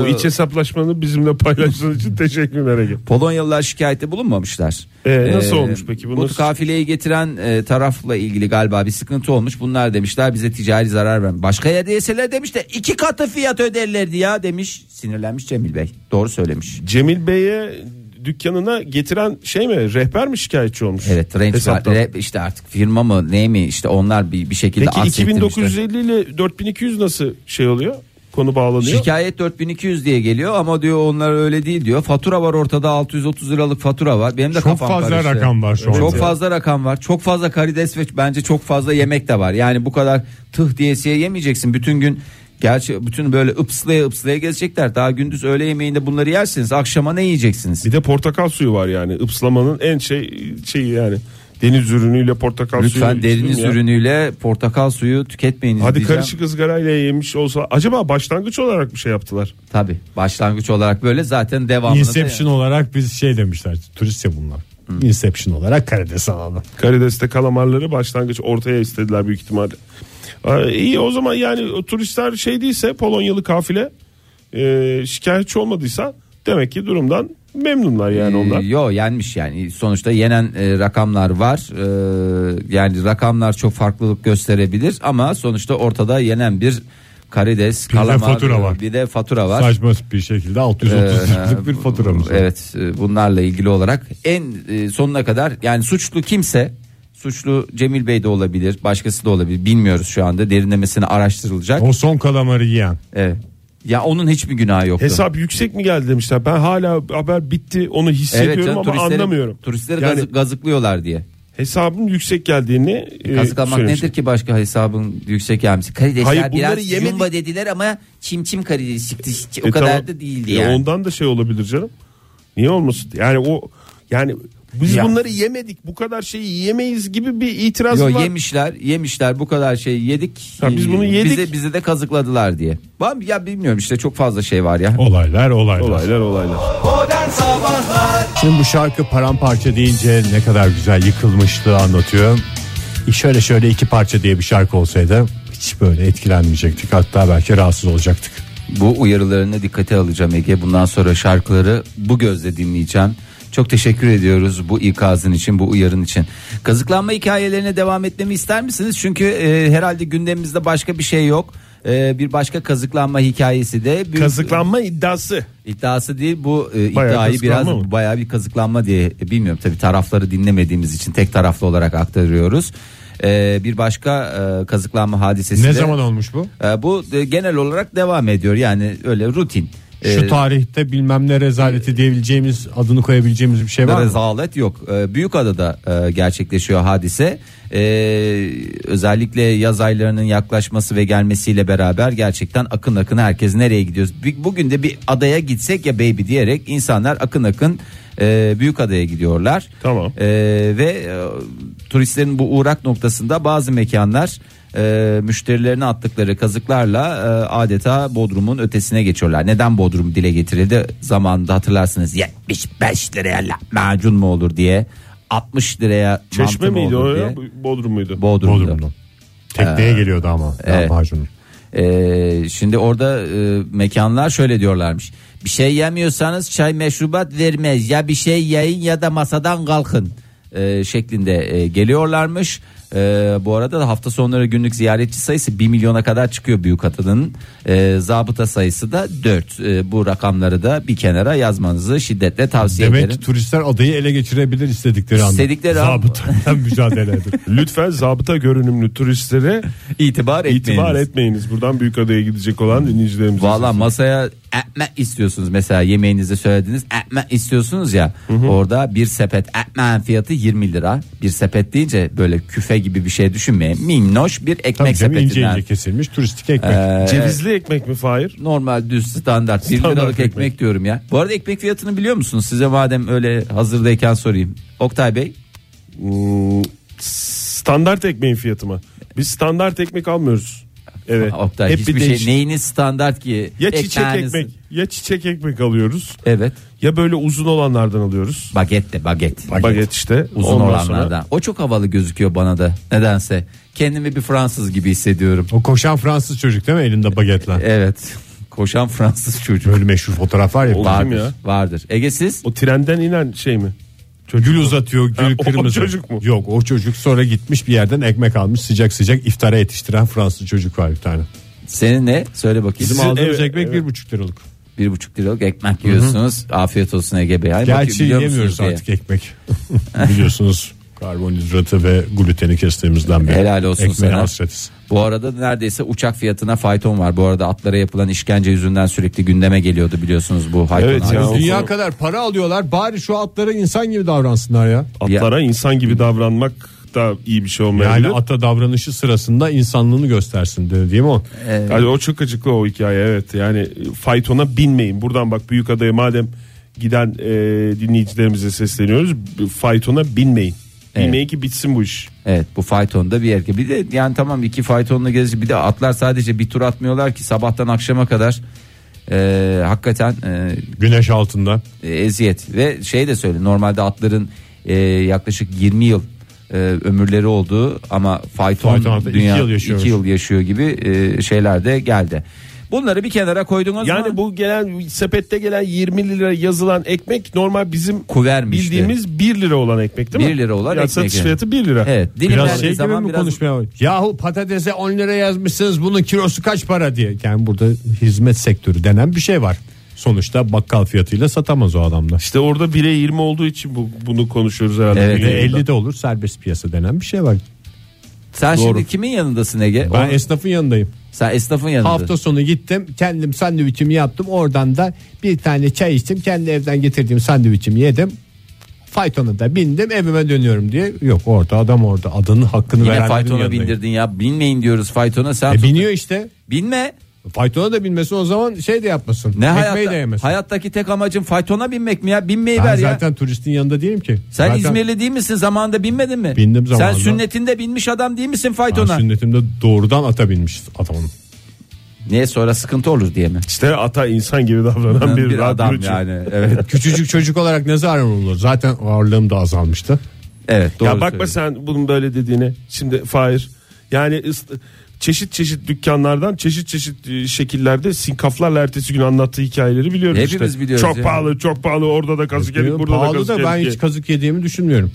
S4: e,
S5: Bu iç hesaplaşmanı bizimle paylaştığınız için teşekkürler Ege.
S4: Polonyalılar şikayette bulunmamışlar.
S5: Ee, nasıl olmuş peki? Bu
S4: Bu
S5: nasıl-
S4: kafileyi getiren e, tarafla ilgili galiba bir sıkıntı olmuş. Bunlar demişler bize ticari zarar vermiş. Başka yerde yeseler demiş de iki katı fiyat öderlerdi ya demiş. Sinirlenmiş Cemil Bey. Doğru söylemiş.
S5: Cemil Bey'e dükkanına getiren şey mi? Rehber mi şikayetçi olmuş?
S4: Evet range
S5: Hesaptan.
S4: var. Rap işte artık firma mı ne mi işte onlar bir, bir şekilde
S5: Peki
S4: aksettirmişler.
S5: 2950 ile 4200 nasıl şey oluyor? Konu bağlanıyor.
S4: Şikayet 4200 diye geliyor ama diyor onlar öyle değil diyor. Fatura var ortada 630 liralık fatura var. Benim de
S3: Çok
S4: kafam
S3: fazla
S4: karıştı.
S3: rakam var şu
S4: Çok
S3: anda.
S4: fazla rakam var. Çok fazla karides ve bence çok fazla yemek de var. Yani bu kadar tıh diyesiye yemeyeceksin bütün gün. Gerçi bütün böyle ıpslaya ıpslaya gezecekler. Daha gündüz öğle yemeğinde bunları yersiniz. Akşama ne yiyeceksiniz?
S5: Bir de portakal suyu var yani. Ipslamanın en şey şeyi yani. Deniz ürünüyle portakal suyu.
S3: şey
S4: Lütfen
S5: içtim
S4: deriniz
S5: ya.
S4: ürünüyle portakal suyu tüketmeyiniz
S5: Hadi
S4: diyeceğim.
S5: karışık ızgarayla yemiş olsa acaba başlangıç olarak bir şey yaptılar.
S4: Tabii başlangıç olarak böyle zaten devamını da-
S3: Inception olarak biz şey demişler turist ya bunlar.
S4: Hmm.
S3: Inception olarak karides alalım.
S5: Karides'te kalamarları başlangıç ortaya istediler büyük ihtimalle. Aa, iyi o zaman yani o turistler şey değilse Polonyalı kafile e, şikayetçi olmadıysa demek ki durumdan memnunlar yani onlar.
S4: Ee, Yo yenmiş yani sonuçta yenen e, rakamlar var Ee, yani rakamlar çok farklılık gösterebilir ama sonuçta ortada yenen bir karides
S3: de
S4: kalamar
S3: fatura var.
S4: bir de fatura var.
S3: Saçma bir şekilde 630 liralık
S4: Ee,
S3: bir faturamız var.
S4: Evet e, bunlarla ilgili olarak en e, sonuna kadar yani suçlu kimse suçlu Cemil Bey de olabilir başkası da olabilir bilmiyoruz şu anda derinlemesine araştırılacak.
S3: O son kalamarı yiyen.
S4: Evet. Ya onun hiçbir günahı yoktu.
S5: Hesap yüksek mi geldi demişler. Ben hala haber bitti onu hissediyorum
S4: canım,
S5: ama anlamıyorum.
S4: Turistleri
S5: yani
S4: gazı- gazıklıyorlar diye.
S5: hesabın yüksek geldiğini e,
S4: Kazıklamak
S5: söylemiş.
S4: nedir ki başka hesabın yüksek gelmesi? Karidesler
S5: Hayır, bunları
S4: biraz
S5: yemedi-
S4: yumba dediler ama çim çim karides çıktı. Hiç o
S5: E,
S4: kadar
S5: tamam.
S4: da değildi
S5: E,
S4: yani.
S5: Ondan da şey olabilir canım. Niye olmasın? Yani o yani biz
S4: Ya.
S5: bunları yemedik. Bu kadar şeyi yiyemeyiz gibi bir itiraz
S4: Yo,
S5: var.
S4: yemişler yemişler bu kadar şey yedik.
S5: Ha, biz bunu
S4: Ee,
S5: yedik.
S4: Bize, bize de kazıkladılar diye. Ben ya bilmiyorum işte çok fazla şey var ya.
S3: Olaylar olaylar.
S5: Olaylar olaylar.
S2: Modern Sabahlar
S3: Şimdi bu şarkı paramparça deyince ne kadar güzel yıkılmışlığı anlatıyor. E Şöyle şöyle iki parça diye bir şarkı olsaydı hiç böyle etkilenmeyecektik. Hatta belki rahatsız olacaktık.
S4: Bu uyarılarını dikkate alacağım Ege. Bundan sonra şarkıları bu gözle dinleyeceğim. Çok teşekkür ediyoruz bu ikazın için, bu uyarın için. Kazıklanma hikayelerine devam etmemi ister misiniz? Çünkü e, herhalde gündemimizde başka bir şey yok. E, bir başka kazıklanma hikayesi de büyük
S5: Kazıklanma iddiası.
S4: iddiası değil. Bu e,
S5: Bayağı
S4: iddiayı biraz
S5: kazıklanma mı?
S4: bayağı bir kazıklanma diye e, bilmiyorum tabii tarafları dinlemediğimiz için tek taraflı olarak aktarıyoruz. E, bir başka e, kazıklanma hadisesi
S3: Ne
S4: de-
S3: zaman olmuş bu?
S4: e, bu e, genel olarak devam ediyor. Yani öyle rutin. E,
S3: Şu tarihte bilmem ne rezaleti diyebileceğimiz adını koyabileceğimiz bir şey var mı?
S4: Rezalet yok. Ee, Büyükada'da e, gerçekleşiyor hadise. Ee, özellikle yaz aylarının yaklaşması ve gelmesiyle beraber gerçekten akın akın herkes nereye gidiyoruz? Bu- Bugün de bir adaya gitsek ya baby diyerek insanlar akın akın e, Büyükada'ya gidiyorlar.
S5: Tamam.
S4: Ee, ve e, turistlerin bu uğrak noktasında bazı mekanlar e, müşterilerine attıkları kazıklarla e, adeta Bodrum'un ötesine geçiyorlar. Neden Bodrum dile getirildi? Zamanında hatırlarsınız 75 liraya lahmacun mu olur diye 60 liraya
S5: Çeşme
S4: mantı mı
S5: miydi
S4: olur
S5: o ya?
S4: diye.
S5: Bodrum muydu?
S4: Bodrum'da.
S3: Bodrum'dan. Tekneye
S4: Ee,
S3: geliyordu ama.
S4: evet.
S3: lahmacunun.
S4: Ee, şimdi orada e, mekanlar şöyle diyorlarmış. Bir şey yemiyorsanız çay meşrubat vermez. Ya bir şey yayın ya da masadan kalkın e, şeklinde e, geliyorlarmış. E, bu arada da hafta sonları günlük ziyaretçi sayısı 1 milyona kadar çıkıyor büyük atanın. E, zabıta sayısı da 4. bu rakamları da bir kenara yazmanızı şiddetle tavsiye
S3: Demek ki
S4: ederim.
S3: turistler adayı ele geçirebilir istedikleri anda.
S4: İstedikleri an-
S3: Zabıtayla mücadele edip.
S5: Lütfen zabıta görünümlü turistlere
S4: İtibar etmeyiniz.
S5: itibar etmeyiniz. Buradan Büyükada'ya gidecek olan dinleyicilerimiz.
S4: Valla masaya ekmek istiyorsunuz mesela yemeğinizi söylediniz ekmek istiyorsunuz ya orada bir sepet ekmeğin fiyatı 20 lira bir sepet deyince böyle küfe gibi bir şey düşünmeyin minnoş bir ekmek
S3: Tabii canım, ince
S4: sepetinden
S3: ince kesilmiş turistik ekmek.
S4: Ee,
S5: Cevizli ekmek mi Fahir?
S4: normal düz standart 1
S5: Standart
S4: liralık ekmek.
S5: ekmek
S4: diyorum ya bu arada ekmek fiyatını biliyor musunuz size madem öyle hazırdayken sorayım Oktay Bey
S5: Hmm, standart ekmeğin fiyatı mı? Biz standart ekmek almıyoruz. Evet.
S4: Oktay
S5: Hep bir
S4: hiçbir şey
S5: değişik.
S4: neyiniz standart ki
S5: Ya çiçek
S4: Ekmeğiniz-
S5: ekmek, ya çiçek ekmek alıyoruz.
S4: evet
S5: Ya böyle uzun olanlardan alıyoruz.
S4: baget de baget
S5: Baget, işte.
S4: Uzun
S5: Ondan sonra-
S4: olanlardan. O çok havalı gözüküyor bana da nedense. Kendimi bir Fransız gibi hissediyorum.
S3: O koşan Fransız çocuk değil mi elinde bagetle?
S4: Evet. Koşan Fransız çocuk.
S3: Böyle meşhur fotoğraf var ya.
S5: Olur
S4: Vardır.
S5: mu ya?
S4: Vardır. Ege siz?
S5: O trenden inen şey mi?
S3: Gül uzatıyor gül
S5: Ha, o
S3: kırmızı.
S5: çocuk mu?
S3: Yok o çocuk sonra gitmiş bir yerden ekmek almış sıcak sıcak iftara yetiştiren Fransız çocuk var bir tane.
S4: Senin ne? Söyle bakayım.
S3: Bizim
S5: Sizin
S3: aldığımız
S5: eve-
S3: ekmek
S5: eve-
S3: bir buçuk liralık.
S4: Bir buçuk liralık ekmek yiyorsunuz. Afiyet olsun Ege Bey. Ay, bakayım,
S3: Gerçi
S4: biliyor musunuz
S3: yemiyoruz
S4: diye.
S3: artık ekmek. Biliyorsunuz karbonhidratı ve gluteni kestiğimizden beri.
S4: Helal olsun
S3: Ekmeğe
S4: sana.
S3: hasretiz.
S4: Bu arada neredeyse uçak fiyatına fayton var. Bu arada atlara yapılan işkence yüzünden sürekli gündeme geliyordu biliyorsunuz bu hayton.
S5: Evet ya.
S4: hadisesi.
S5: o
S3: Dünya
S5: konu-
S3: kadar para alıyorlar bari şu atlara insan gibi davransınlar ya.
S5: Atlara insan gibi davranmak da iyi bir şey olmayabilir.
S3: Yani ata davranışı sırasında insanlığını göstersin dedi değil mi o?
S5: Yani o çok acıklı o hikaye evet. Yani faytona binmeyin. Buradan bak büyük adaya madem giden e, dinleyicilerimize sesleniyoruz. Faytona binmeyin. Bilmeyin ki bitsin bu iş.
S4: Evet bu faytonda bir erkek. Bir de yani tamam iki faytonla gezici bir de atlar sadece bir tur atmıyorlar ki sabahtan akşama kadar e, hakikaten e,
S3: Güneş altında.
S4: e, eziyet ve şey de söyle normalde atların e, yaklaşık 20 yıl e, ömürleri olduğu ama fayton,
S3: Fayton atı iki
S4: dünya
S3: yıl yaşıyor.
S4: 2 yıl yaşıyor gibi e, şeyler de geldi. Bunları bir kenara koydunuz
S5: Yani
S4: mu?
S5: bu gelen sepette gelen 20 lira yazılan ekmek normal bizim
S4: Kuvermişti.
S5: bildiğimiz 1 lira olan ekmek değil mi?
S4: 1 lira olan
S5: yani
S4: ekmek
S5: Satış
S4: yani.
S5: fiyatı 1 lira.
S4: Evet,
S3: Biraz
S4: dilimlendiği
S3: şey gibi
S4: zaman
S3: mi
S4: biraz
S3: konuşmaya bak- Yahu patatese 10 lira yazmışsınız bunun kilosu kaç para diye. Yani burada hizmet sektörü denen bir şey var. Sonuçta bakkal fiyatıyla satamaz o adamda.
S5: İşte orada 1'e 20 olduğu için bu, bunu konuşuyoruz herhalde.
S4: Evet,
S5: Bir
S3: Ve
S5: yılda.
S3: 50 de olur serbest piyasa denen bir şey var.
S4: Sen
S3: Doğru.
S4: şimdi kimin yanındasın Ege?
S3: Ben
S4: O-
S3: esnafın yanındayım.
S4: sen esnafın yanında.
S3: Hafta sonu gittim kendim sandviçimi yaptım oradan da bir tane çay içtim kendi evden getirdiğim sandviçimi yedim. Faytona da bindim evime dönüyorum diye. Yok orada adam orada adının hakkını
S4: Yine
S3: verenlerin
S4: faytona
S3: yanındayım.
S4: bindirdin ya. Binmeyin diyoruz faytona. Sen
S3: E,
S4: tut-
S3: biniyor işte.
S4: binme.
S3: Faytona da binmesi o zaman şey de yapmasın.
S4: Ne
S3: ekmeği de
S4: hayatta,
S3: yemesin.
S4: hayattaki tek amacın faytona binmek mi ya? Binmeyi
S3: ben
S4: ver ya.
S3: zaten turistin yanında değilim ki.
S4: Sen
S3: zaten
S4: İzmirli değil misin? Zamanında binmedin mi?
S3: Bindim zamanında.
S4: Sen sünnetinde binmiş adam değil misin
S3: ben
S4: faytona?
S3: sünnetimde doğrudan ata binmiş adamım.
S4: Niye sonra sıkıntı olur diye mi?
S5: İşte ata insan gibi davranan bir,
S4: bir adam
S5: radyocu.
S4: yani. Evet.
S3: Küçücük çocuk olarak ne zarar olur? Zaten ağırlığım da azalmıştı.
S4: Evet doğru.
S5: ya bakma
S4: söylüyorsun.
S5: sen bunun böyle dediğine. Şimdi Fahir yani ıs- çeşit çeşit dükkanlardan çeşit çeşit e, şekillerde sinkaflarla ertesi gün anlattığı hikayeleri biliyoruz
S4: Hepimiz
S5: işte.
S4: biliyoruz
S5: çok
S4: yani.
S5: pahalı çok pahalı orada da kazık yedik burada da
S3: Pahalı
S5: kazık
S3: da
S5: yedik.
S3: ben
S5: diye.
S3: hiç kazık yediğimi düşünmüyorum.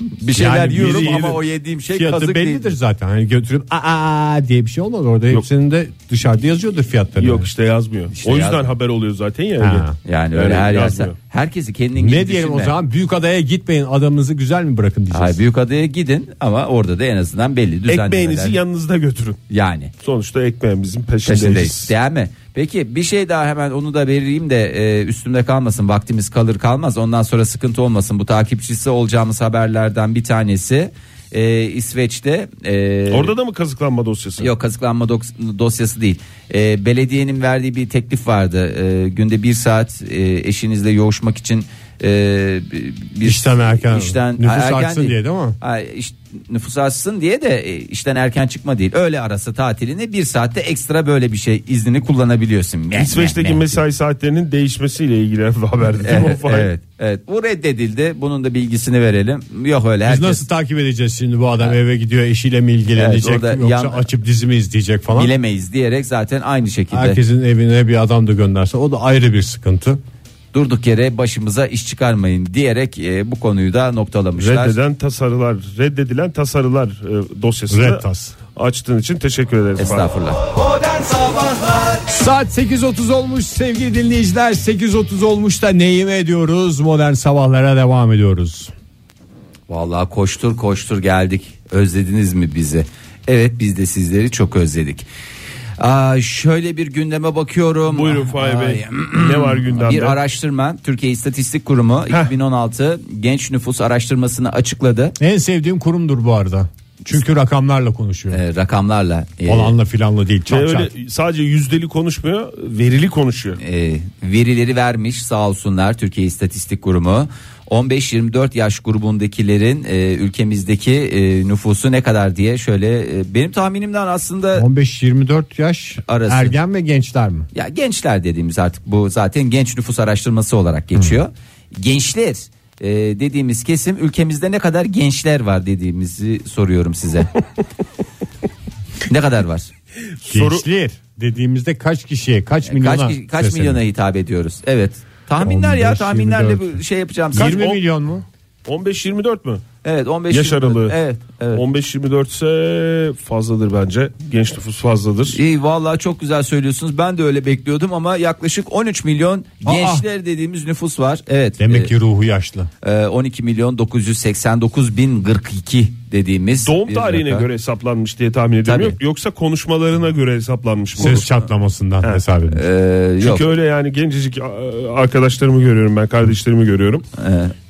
S4: bir şeyler
S3: Yani
S4: yiyorum
S3: biri
S4: ama
S3: yedi.
S4: o yediğim şey
S3: Fiyatı
S4: kazık
S3: bellidir
S4: değil.
S3: zaten. Hani götürüp aa diye bir şey olmaz orada. Hepsinin de dışarıda yazıyordur fiyatları.
S5: Yok işte yazmıyor. o yüzden
S4: yazmıyor.
S5: haber oluyor zaten ya. Hani
S3: Ha.
S5: öyle.
S4: Yani öyle
S5: Yani
S4: her yerse
S5: yazmıyor.
S4: herkesi kendin gibi
S3: Ne diyelim
S4: düşünme.
S3: o zaman büyük adaya gitmeyin adamınızı güzel mi bırakın diyeceğiz.
S4: Hayır, büyük adaya gidin ama orada da en azından belli düzenlemeler.
S5: Ekmeğinizi yanınızda götürün.
S4: yani.
S5: Sonuçta ekmeğimizin peşindeyiz.
S4: peşindeyiz. Değil mi? Peki bir şey daha hemen onu da vereyim de e, üstümde kalmasın vaktimiz kalır kalmaz ondan sonra sıkıntı olmasın. Bu takipçisi olacağımız haberlerden bir tanesi E, İsveç'te. e,
S5: Orada da mı kazıklanma dosyası?
S4: Yok kazıklanma dok- dosyası değil. E, belediyenin verdiği bir teklif vardı. E, günde bir saat e, eşinizle yoğuşmak için e, bir,
S3: İşten erken- nüfus artsın
S4: değil.
S3: diye değil mi?
S4: Ha, iş- nüfus artsın diye de e, işten erken çıkma değil. Öğle arası tatilini bir saatte ekstra böyle bir şey iznini kullanabiliyorsun. Meh, meh,
S5: İsveç'teki
S4: meh.
S5: mesai saatlerinin değişmesiyle ilgili haberdi değil mi?
S4: Evet,
S5: o Fahir?
S4: evet, evet. Bu reddedildi. Bunun da bilgisini verelim. Yok öyle
S3: Biz
S4: herkes.
S3: nasıl takip edeceğiz şimdi bu adam eve gidiyor eşiyle mi ilgilenecek
S4: Evet, orada
S3: yoksa
S4: yan-
S3: açıp dizi mi izleyecek falan.
S4: Bilemeyiz diyerek zaten aynı şekilde
S3: Herkesin evine bir adam da gönderse o da ayrı bir sıkıntı.
S4: durduk yere başımıza iş çıkarmayın diyerek e, bu konuyu da noktalamışlar.
S5: Reddeden tasarılar, reddedilen tasarılar e, dosyasını
S3: Red tas.
S5: açtığın için teşekkür ederiz.
S4: Estağfurullah.
S2: Modern Sabahlar
S3: Saat 8.30 olmuş sevgili dinleyiciler 8.30 olmuş da neyime ediyoruz modern sabahlara devam ediyoruz.
S4: Vallahi koştur koştur geldik. Özlediniz mi bizi? Evet biz de sizleri çok özledik. Aa, şöyle bir gündeme bakıyorum.
S5: Buyurun Fahir
S4: Ay,
S5: Bey. ne var gündemde? E,
S4: Bir araştırma Türkiye İstatistik Kurumu 2016 genç nüfus araştırmasını açıkladı.
S3: En sevdiğim kurumdur bu arada. Çünkü rakamlarla konuşuyor.
S4: Ee, rakamlarla. e,
S3: Falanla filanla değil.
S5: Ve
S3: Çat çat.
S5: öyle sadece yüzdeli konuşmuyor, verili konuşuyor.
S4: e, verileri vermiş sağ olsunlar Türkiye İstatistik Kurumu. 15-24 yaş grubundakilerin e, ülkemizdeki e, nüfusu ne kadar diye şöyle e, benim tahminimden aslında
S3: 15-24 yaş
S4: Arası.
S3: ergen ve gençler mi?
S4: ya gençler dediğimiz artık bu zaten genç nüfus araştırması olarak geçiyor. Gençler e, dediğimiz kesim ülkemizde ne kadar gençler var dediğimizi soruyorum size. ne kadar var?
S5: Soru-
S3: Gençler dediğimizde kaç kişiye kaç milyona
S4: E, Kaç ki- kaç
S3: sesleniyor?
S4: milyona hitap ediyoruz? Evet. Tahminler ya
S3: 15,
S4: tahminlerle
S3: 24.
S4: bu şey yapacağım.
S3: 20
S5: on-
S3: milyon mu?
S5: 15-24 mü?
S4: Evet 15
S5: Yaş aralığı.
S4: Evet. evet.
S5: 15-24 ise fazladır bence. Genç nüfus fazladır.
S4: İyi vallahi çok güzel söylüyorsunuz. Ben de öyle bekliyordum ama yaklaşık 13 milyon
S3: Aa!
S4: gençler dediğimiz nüfus var. Evet.
S3: Demek
S4: e,
S3: ki ruhu yaşlı.
S4: e, 12 milyon 989 bin 42 dediğimiz
S5: Doğum
S4: bir
S5: tarihine
S4: rakam.
S5: göre hesaplanmış diye tahmin ediyorum.
S4: Tabii.
S5: Yok- Yoksa konuşmalarına göre hesaplanmış mı?
S3: Ses çatlamasından hesap edin.
S4: Ee, yok.
S5: Çünkü öyle yani gencecik a- arkadaşlarımı görüyorum ben kardeşlerimi görüyorum.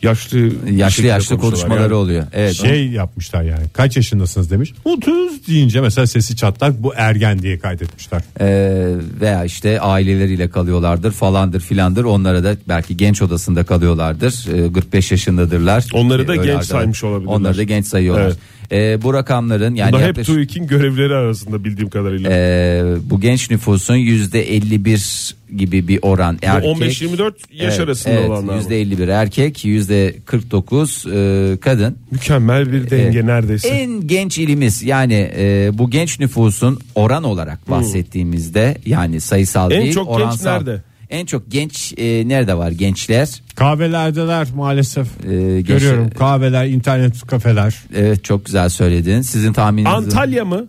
S5: yaşlı
S4: yaşlı
S5: şekilde
S4: yaşlı konuşmaları
S5: konuşuyorlar
S4: oluyor. Evet.
S3: şey yapmışlar yani kaç yaşındasınız demiş 30 deyince mesela sesi çatlak bu ergen diye kaydetmişler
S4: Ee, veya işte aileleriyle kalıyorlardır falandır filandır onlara da belki genç odasında kalıyorlardır Ee, 45 yaşındadırlar
S5: Onları da
S4: Ee, öyle
S5: genç
S4: arkadaş-
S5: saymış olabilirler.
S4: onları da genç sayıyorlar
S5: Evet.
S4: Ee, bu rakamların yani
S5: Yani. Da hep
S4: yaklaşık-
S5: TÜİK'in görevleri arasında bildiğim kadarıyla.
S4: Ee, bu genç nüfusun yüzde 51 gibi bir oran erkek.
S5: 15-24 yaş arasında
S4: şey- evet,
S5: olanlar.
S4: Yüzde 51 erkek, yüzde 49 e, kadın.
S5: Mükemmel bir denge
S4: Ee,
S5: neredeyse.
S4: En genç ilimiz yani e, bu genç nüfusun oran olarak bahsettiğimizde yani sayısal
S5: Hmm. En
S4: değil
S5: çok genç
S4: oransal.
S5: nerede?
S4: En çok genç e, nerede var gençler?
S3: kahvelerdeler maalesef
S4: Ee, geç-
S3: görüyorum kahveler internet kafeler
S4: Evet çok güzel söyledin. Sizin tahmininiz
S5: Antalya mı?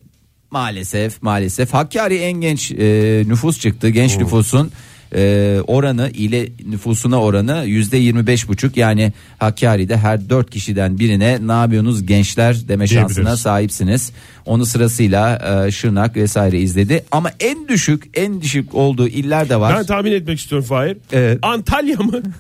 S4: Maalesef maalesef Hakkari en genç e, nüfus çıktı. Genç nüfusun e, oranı ile nüfusuna oranı yüzde 25 buçuk. Yani Hakkari'de her dört kişiden birine ne yapıyorsunuz gençler deme şansına
S3: Diyebiliriz.
S4: sahipsiniz. Onu sırasıyla e, Şırnak vesaire izledi. Ama en düşük en düşük olduğu iller de var.
S5: Ben tahmin etmek istiyorum Fahir.
S4: Evet.
S5: Antalya mı?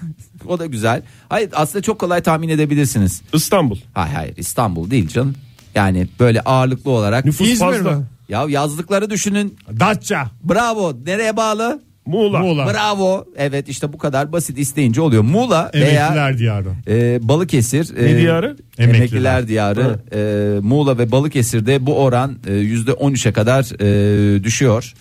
S4: O da güzel. Hayır aslında çok kolay tahmin edebilirsiniz.
S5: İstanbul.
S4: Hayır hayır İstanbul değil canım. Yani böyle ağırlıklı olarak.
S5: Nüfus
S3: İzmir
S5: fazla.
S3: mi?
S4: Ya yazlıkları düşünün.
S3: Datça
S4: Bravo. Nereye bağlı?
S5: Muğla.
S3: Muğla.
S4: Bravo. Evet işte bu kadar basit isteyince oluyor. Muğla veya
S3: emekliler diyarı
S4: e, Balıkesir. e,
S5: Ne diyarı?
S4: Emekliler,
S3: Emekliler
S4: diyarı. e, Muğla ve Balıkesir'de bu oran e, %13'e kadar e, düşüyor.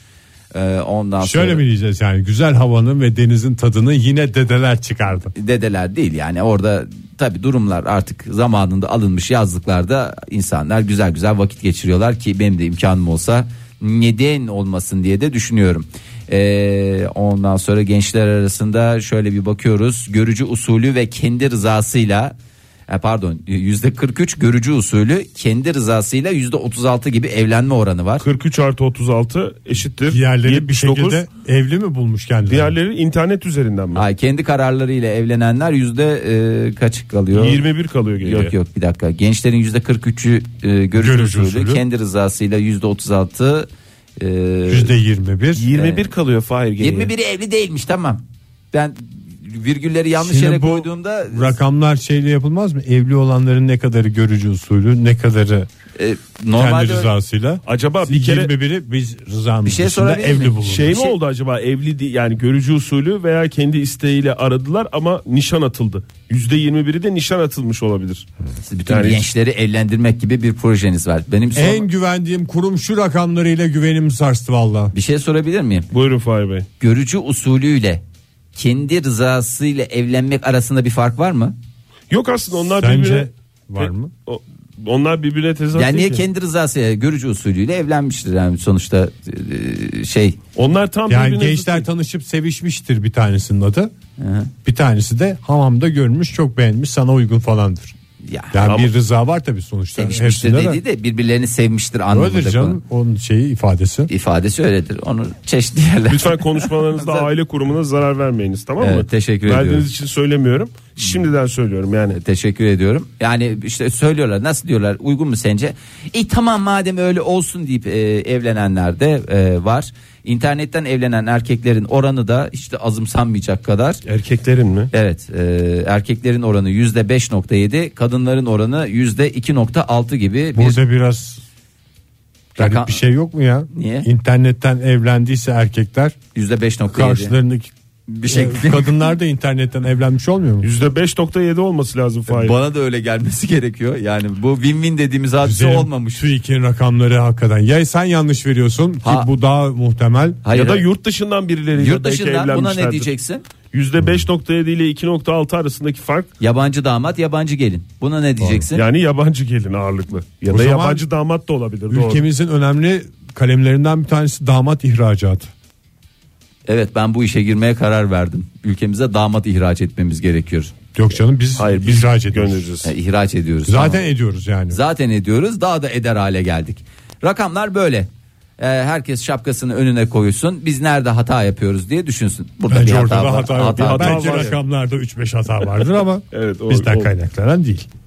S4: E, ondan sonra
S3: şöyle mi diyeceğiz yani güzel havanın ve denizin tadını yine dedeler çıkardı
S4: dedeler değil yani orada tabi durumlar artık zamanında alınmış yazlıklarda insanlar güzel güzel vakit geçiriyorlar ki benim de imkanım olsa neden olmasın diye de düşünüyorum. Ee, ondan sonra gençler arasında şöyle bir bakıyoruz görücü usulü ve kendi rızasıyla e, pardon yüzde 43 görücü usulü kendi rızasıyla yüzde 36 gibi evlenme oranı var.
S5: 43 artı 36 eşittir.
S3: diğerleri bir
S5: 79.
S3: şekilde evli mi bulmuş kendileri
S5: Diğerleri internet üzerinden mi?
S4: Ay, kendi kararlarıyla evlenenler yüzde e, kaçık kalıyor?
S5: 21 kalıyor geriye.
S4: Yok yok bir dakika. Gençlerin yüzde 43'ü e, görücü,
S3: Görücü
S4: usulü,
S3: usulü.
S4: kendi rızasıyla yüzde 36 e,
S3: yüzde 21
S5: 21 kalıyor Fahir geriye.
S4: 21'i evli değilmiş tamam. Ben virgülleri yanlış
S3: Şimdi
S4: yere
S3: bu
S4: koyduğumda e,
S3: rakamlar şeyle yapılmaz mı evli olanların ne kadarı görücü usulü ne kadarı
S4: e,
S3: kendi
S4: normalde
S3: rızasıyla
S5: Acaba bir kere
S3: 21'i biz rızamız
S4: Bir şey
S3: dışında
S4: sorabilir
S3: evli
S4: miyim?
S3: bulunduk.
S5: şey mi
S4: Şey-
S5: oldu acaba evli di- yani görücü usulü veya kendi isteğiyle aradılar ama nişan atıldı. %21'i de nişan atılmış olabilir.
S3: Hmm.
S4: siz bütün
S5: Yani-
S4: gençleri evlendirmek gibi bir projeniz var. Benim son-
S3: En güvendiğim kurum şu rakamlarıyla güvenimi sarstı valla.
S4: bir şey sorabilir miyim?
S5: Buyurun Fahir Bey.
S4: Görücü usulüyle kendi rızasıyla evlenmek arasında bir fark var mı?
S5: Yok aslında onlar birbirine
S3: Sence var mı?
S5: O- onlar birbirine tezat
S4: Yani
S5: değil
S4: niye
S5: ki.
S4: kendi rızasıyla görücü usulüyle evlenmiştir yani sonuçta e, şey
S5: Onlar tam
S3: Yani
S5: birbirine
S3: gençler
S5: zıt-
S3: tanışıp sevişmiştir bir tanesinin adı. Bir tanesi de hamamda görmüş çok beğenmiş sana uygun falandır.
S4: ya.
S3: Yani
S5: Ama-
S3: bir rıza var tabii sonuçta.
S4: sevişmiştir
S3: hepsinde de.
S4: dediği de birbirlerini sevmiştir
S3: Öyledir
S4: anlamında.
S3: canım
S4: Canım.
S3: onun şeyi ifadesi.
S4: İfadesi öyledir. Onu çeşitli yerler.
S5: Lütfen konuşmalarınızda aile kurumuna zarar vermeyiniz tamam mı?
S4: Evet, teşekkür
S5: Verdiğiniz
S4: ediyorum.
S5: için söylemiyorum. Şimdiden söylüyorum yani.
S4: Teşekkür ediyorum. Yani işte söylüyorlar nasıl diyorlar uygun mu sence? E tamam madem öyle olsun deyip e, evlenenler de e, var. İnternetten evlenen erkeklerin oranı da işte azımsanmayacak kadar.
S5: Erkeklerin mi?
S4: Evet e, erkeklerin oranı yüzde 5.7 kadınların oranı yüzde 2.6 gibi bir
S3: Burada biraz garip
S4: Rakam-
S3: bir şey yok mu ya?
S4: Niye?
S3: İnternetten evlendiyse erkekler
S4: yüzde 5.7.
S3: karşılarındaki
S4: Bir şey şekilde-
S3: kadınlar da internetten evlenmiş olmuyor mu?
S5: %5.7 olması lazım Fahir.
S4: Bana da öyle gelmesi gerekiyor. Yani bu win-win dediğimiz hadise
S3: Üzerim
S4: olmamış.
S3: TÜİK'in rakamları hakikaten. Ya sen yanlış veriyorsun ki
S4: Ha.
S3: bu daha muhtemel.
S4: Hayır,
S5: ya da
S4: hayır.
S5: yurt dışından birileriyle
S4: Yurt dışından
S5: belki
S4: buna ne
S5: evlenmişlerdir.
S4: diyeceksin?
S5: %5.7 ile 2.6 arasındaki fark
S4: Yabancı damat, yabancı gelin. Buna ne diyeceksin?
S5: yani yabancı gelin ağırlıklı. Ya
S3: O
S5: da
S3: zaman
S5: yabancı damat da olabilir. Doğru.
S3: Ülkemizin önemli kalemlerinden bir tanesi damat ihracatı.
S4: Evet ben bu işe girmeye karar verdim. Ülkemize damat ihraç etmemiz gerekiyor.
S3: Yok canım biz,
S5: Hayır biz
S3: ihraç ediyoruz.
S5: göndereceğiz.
S4: Yani ihraç ediyoruz.
S3: Zaten
S4: Tamam.
S3: ediyoruz yani.
S4: Zaten ediyoruz. Daha da eder hale geldik. Rakamlar böyle. Ee, herkes şapkasını önüne koysun. Biz nerede hata yapıyoruz diye düşünsün. Burada
S3: Bence
S4: bir
S3: orada
S4: hata
S3: da
S4: var.
S3: hata, yok.
S4: Hata var.
S3: Belki
S5: var.
S3: rakamlarda 3-5 hata vardır ama
S5: Evet, o-
S3: bizden
S5: o-
S3: kaynaklanan değil.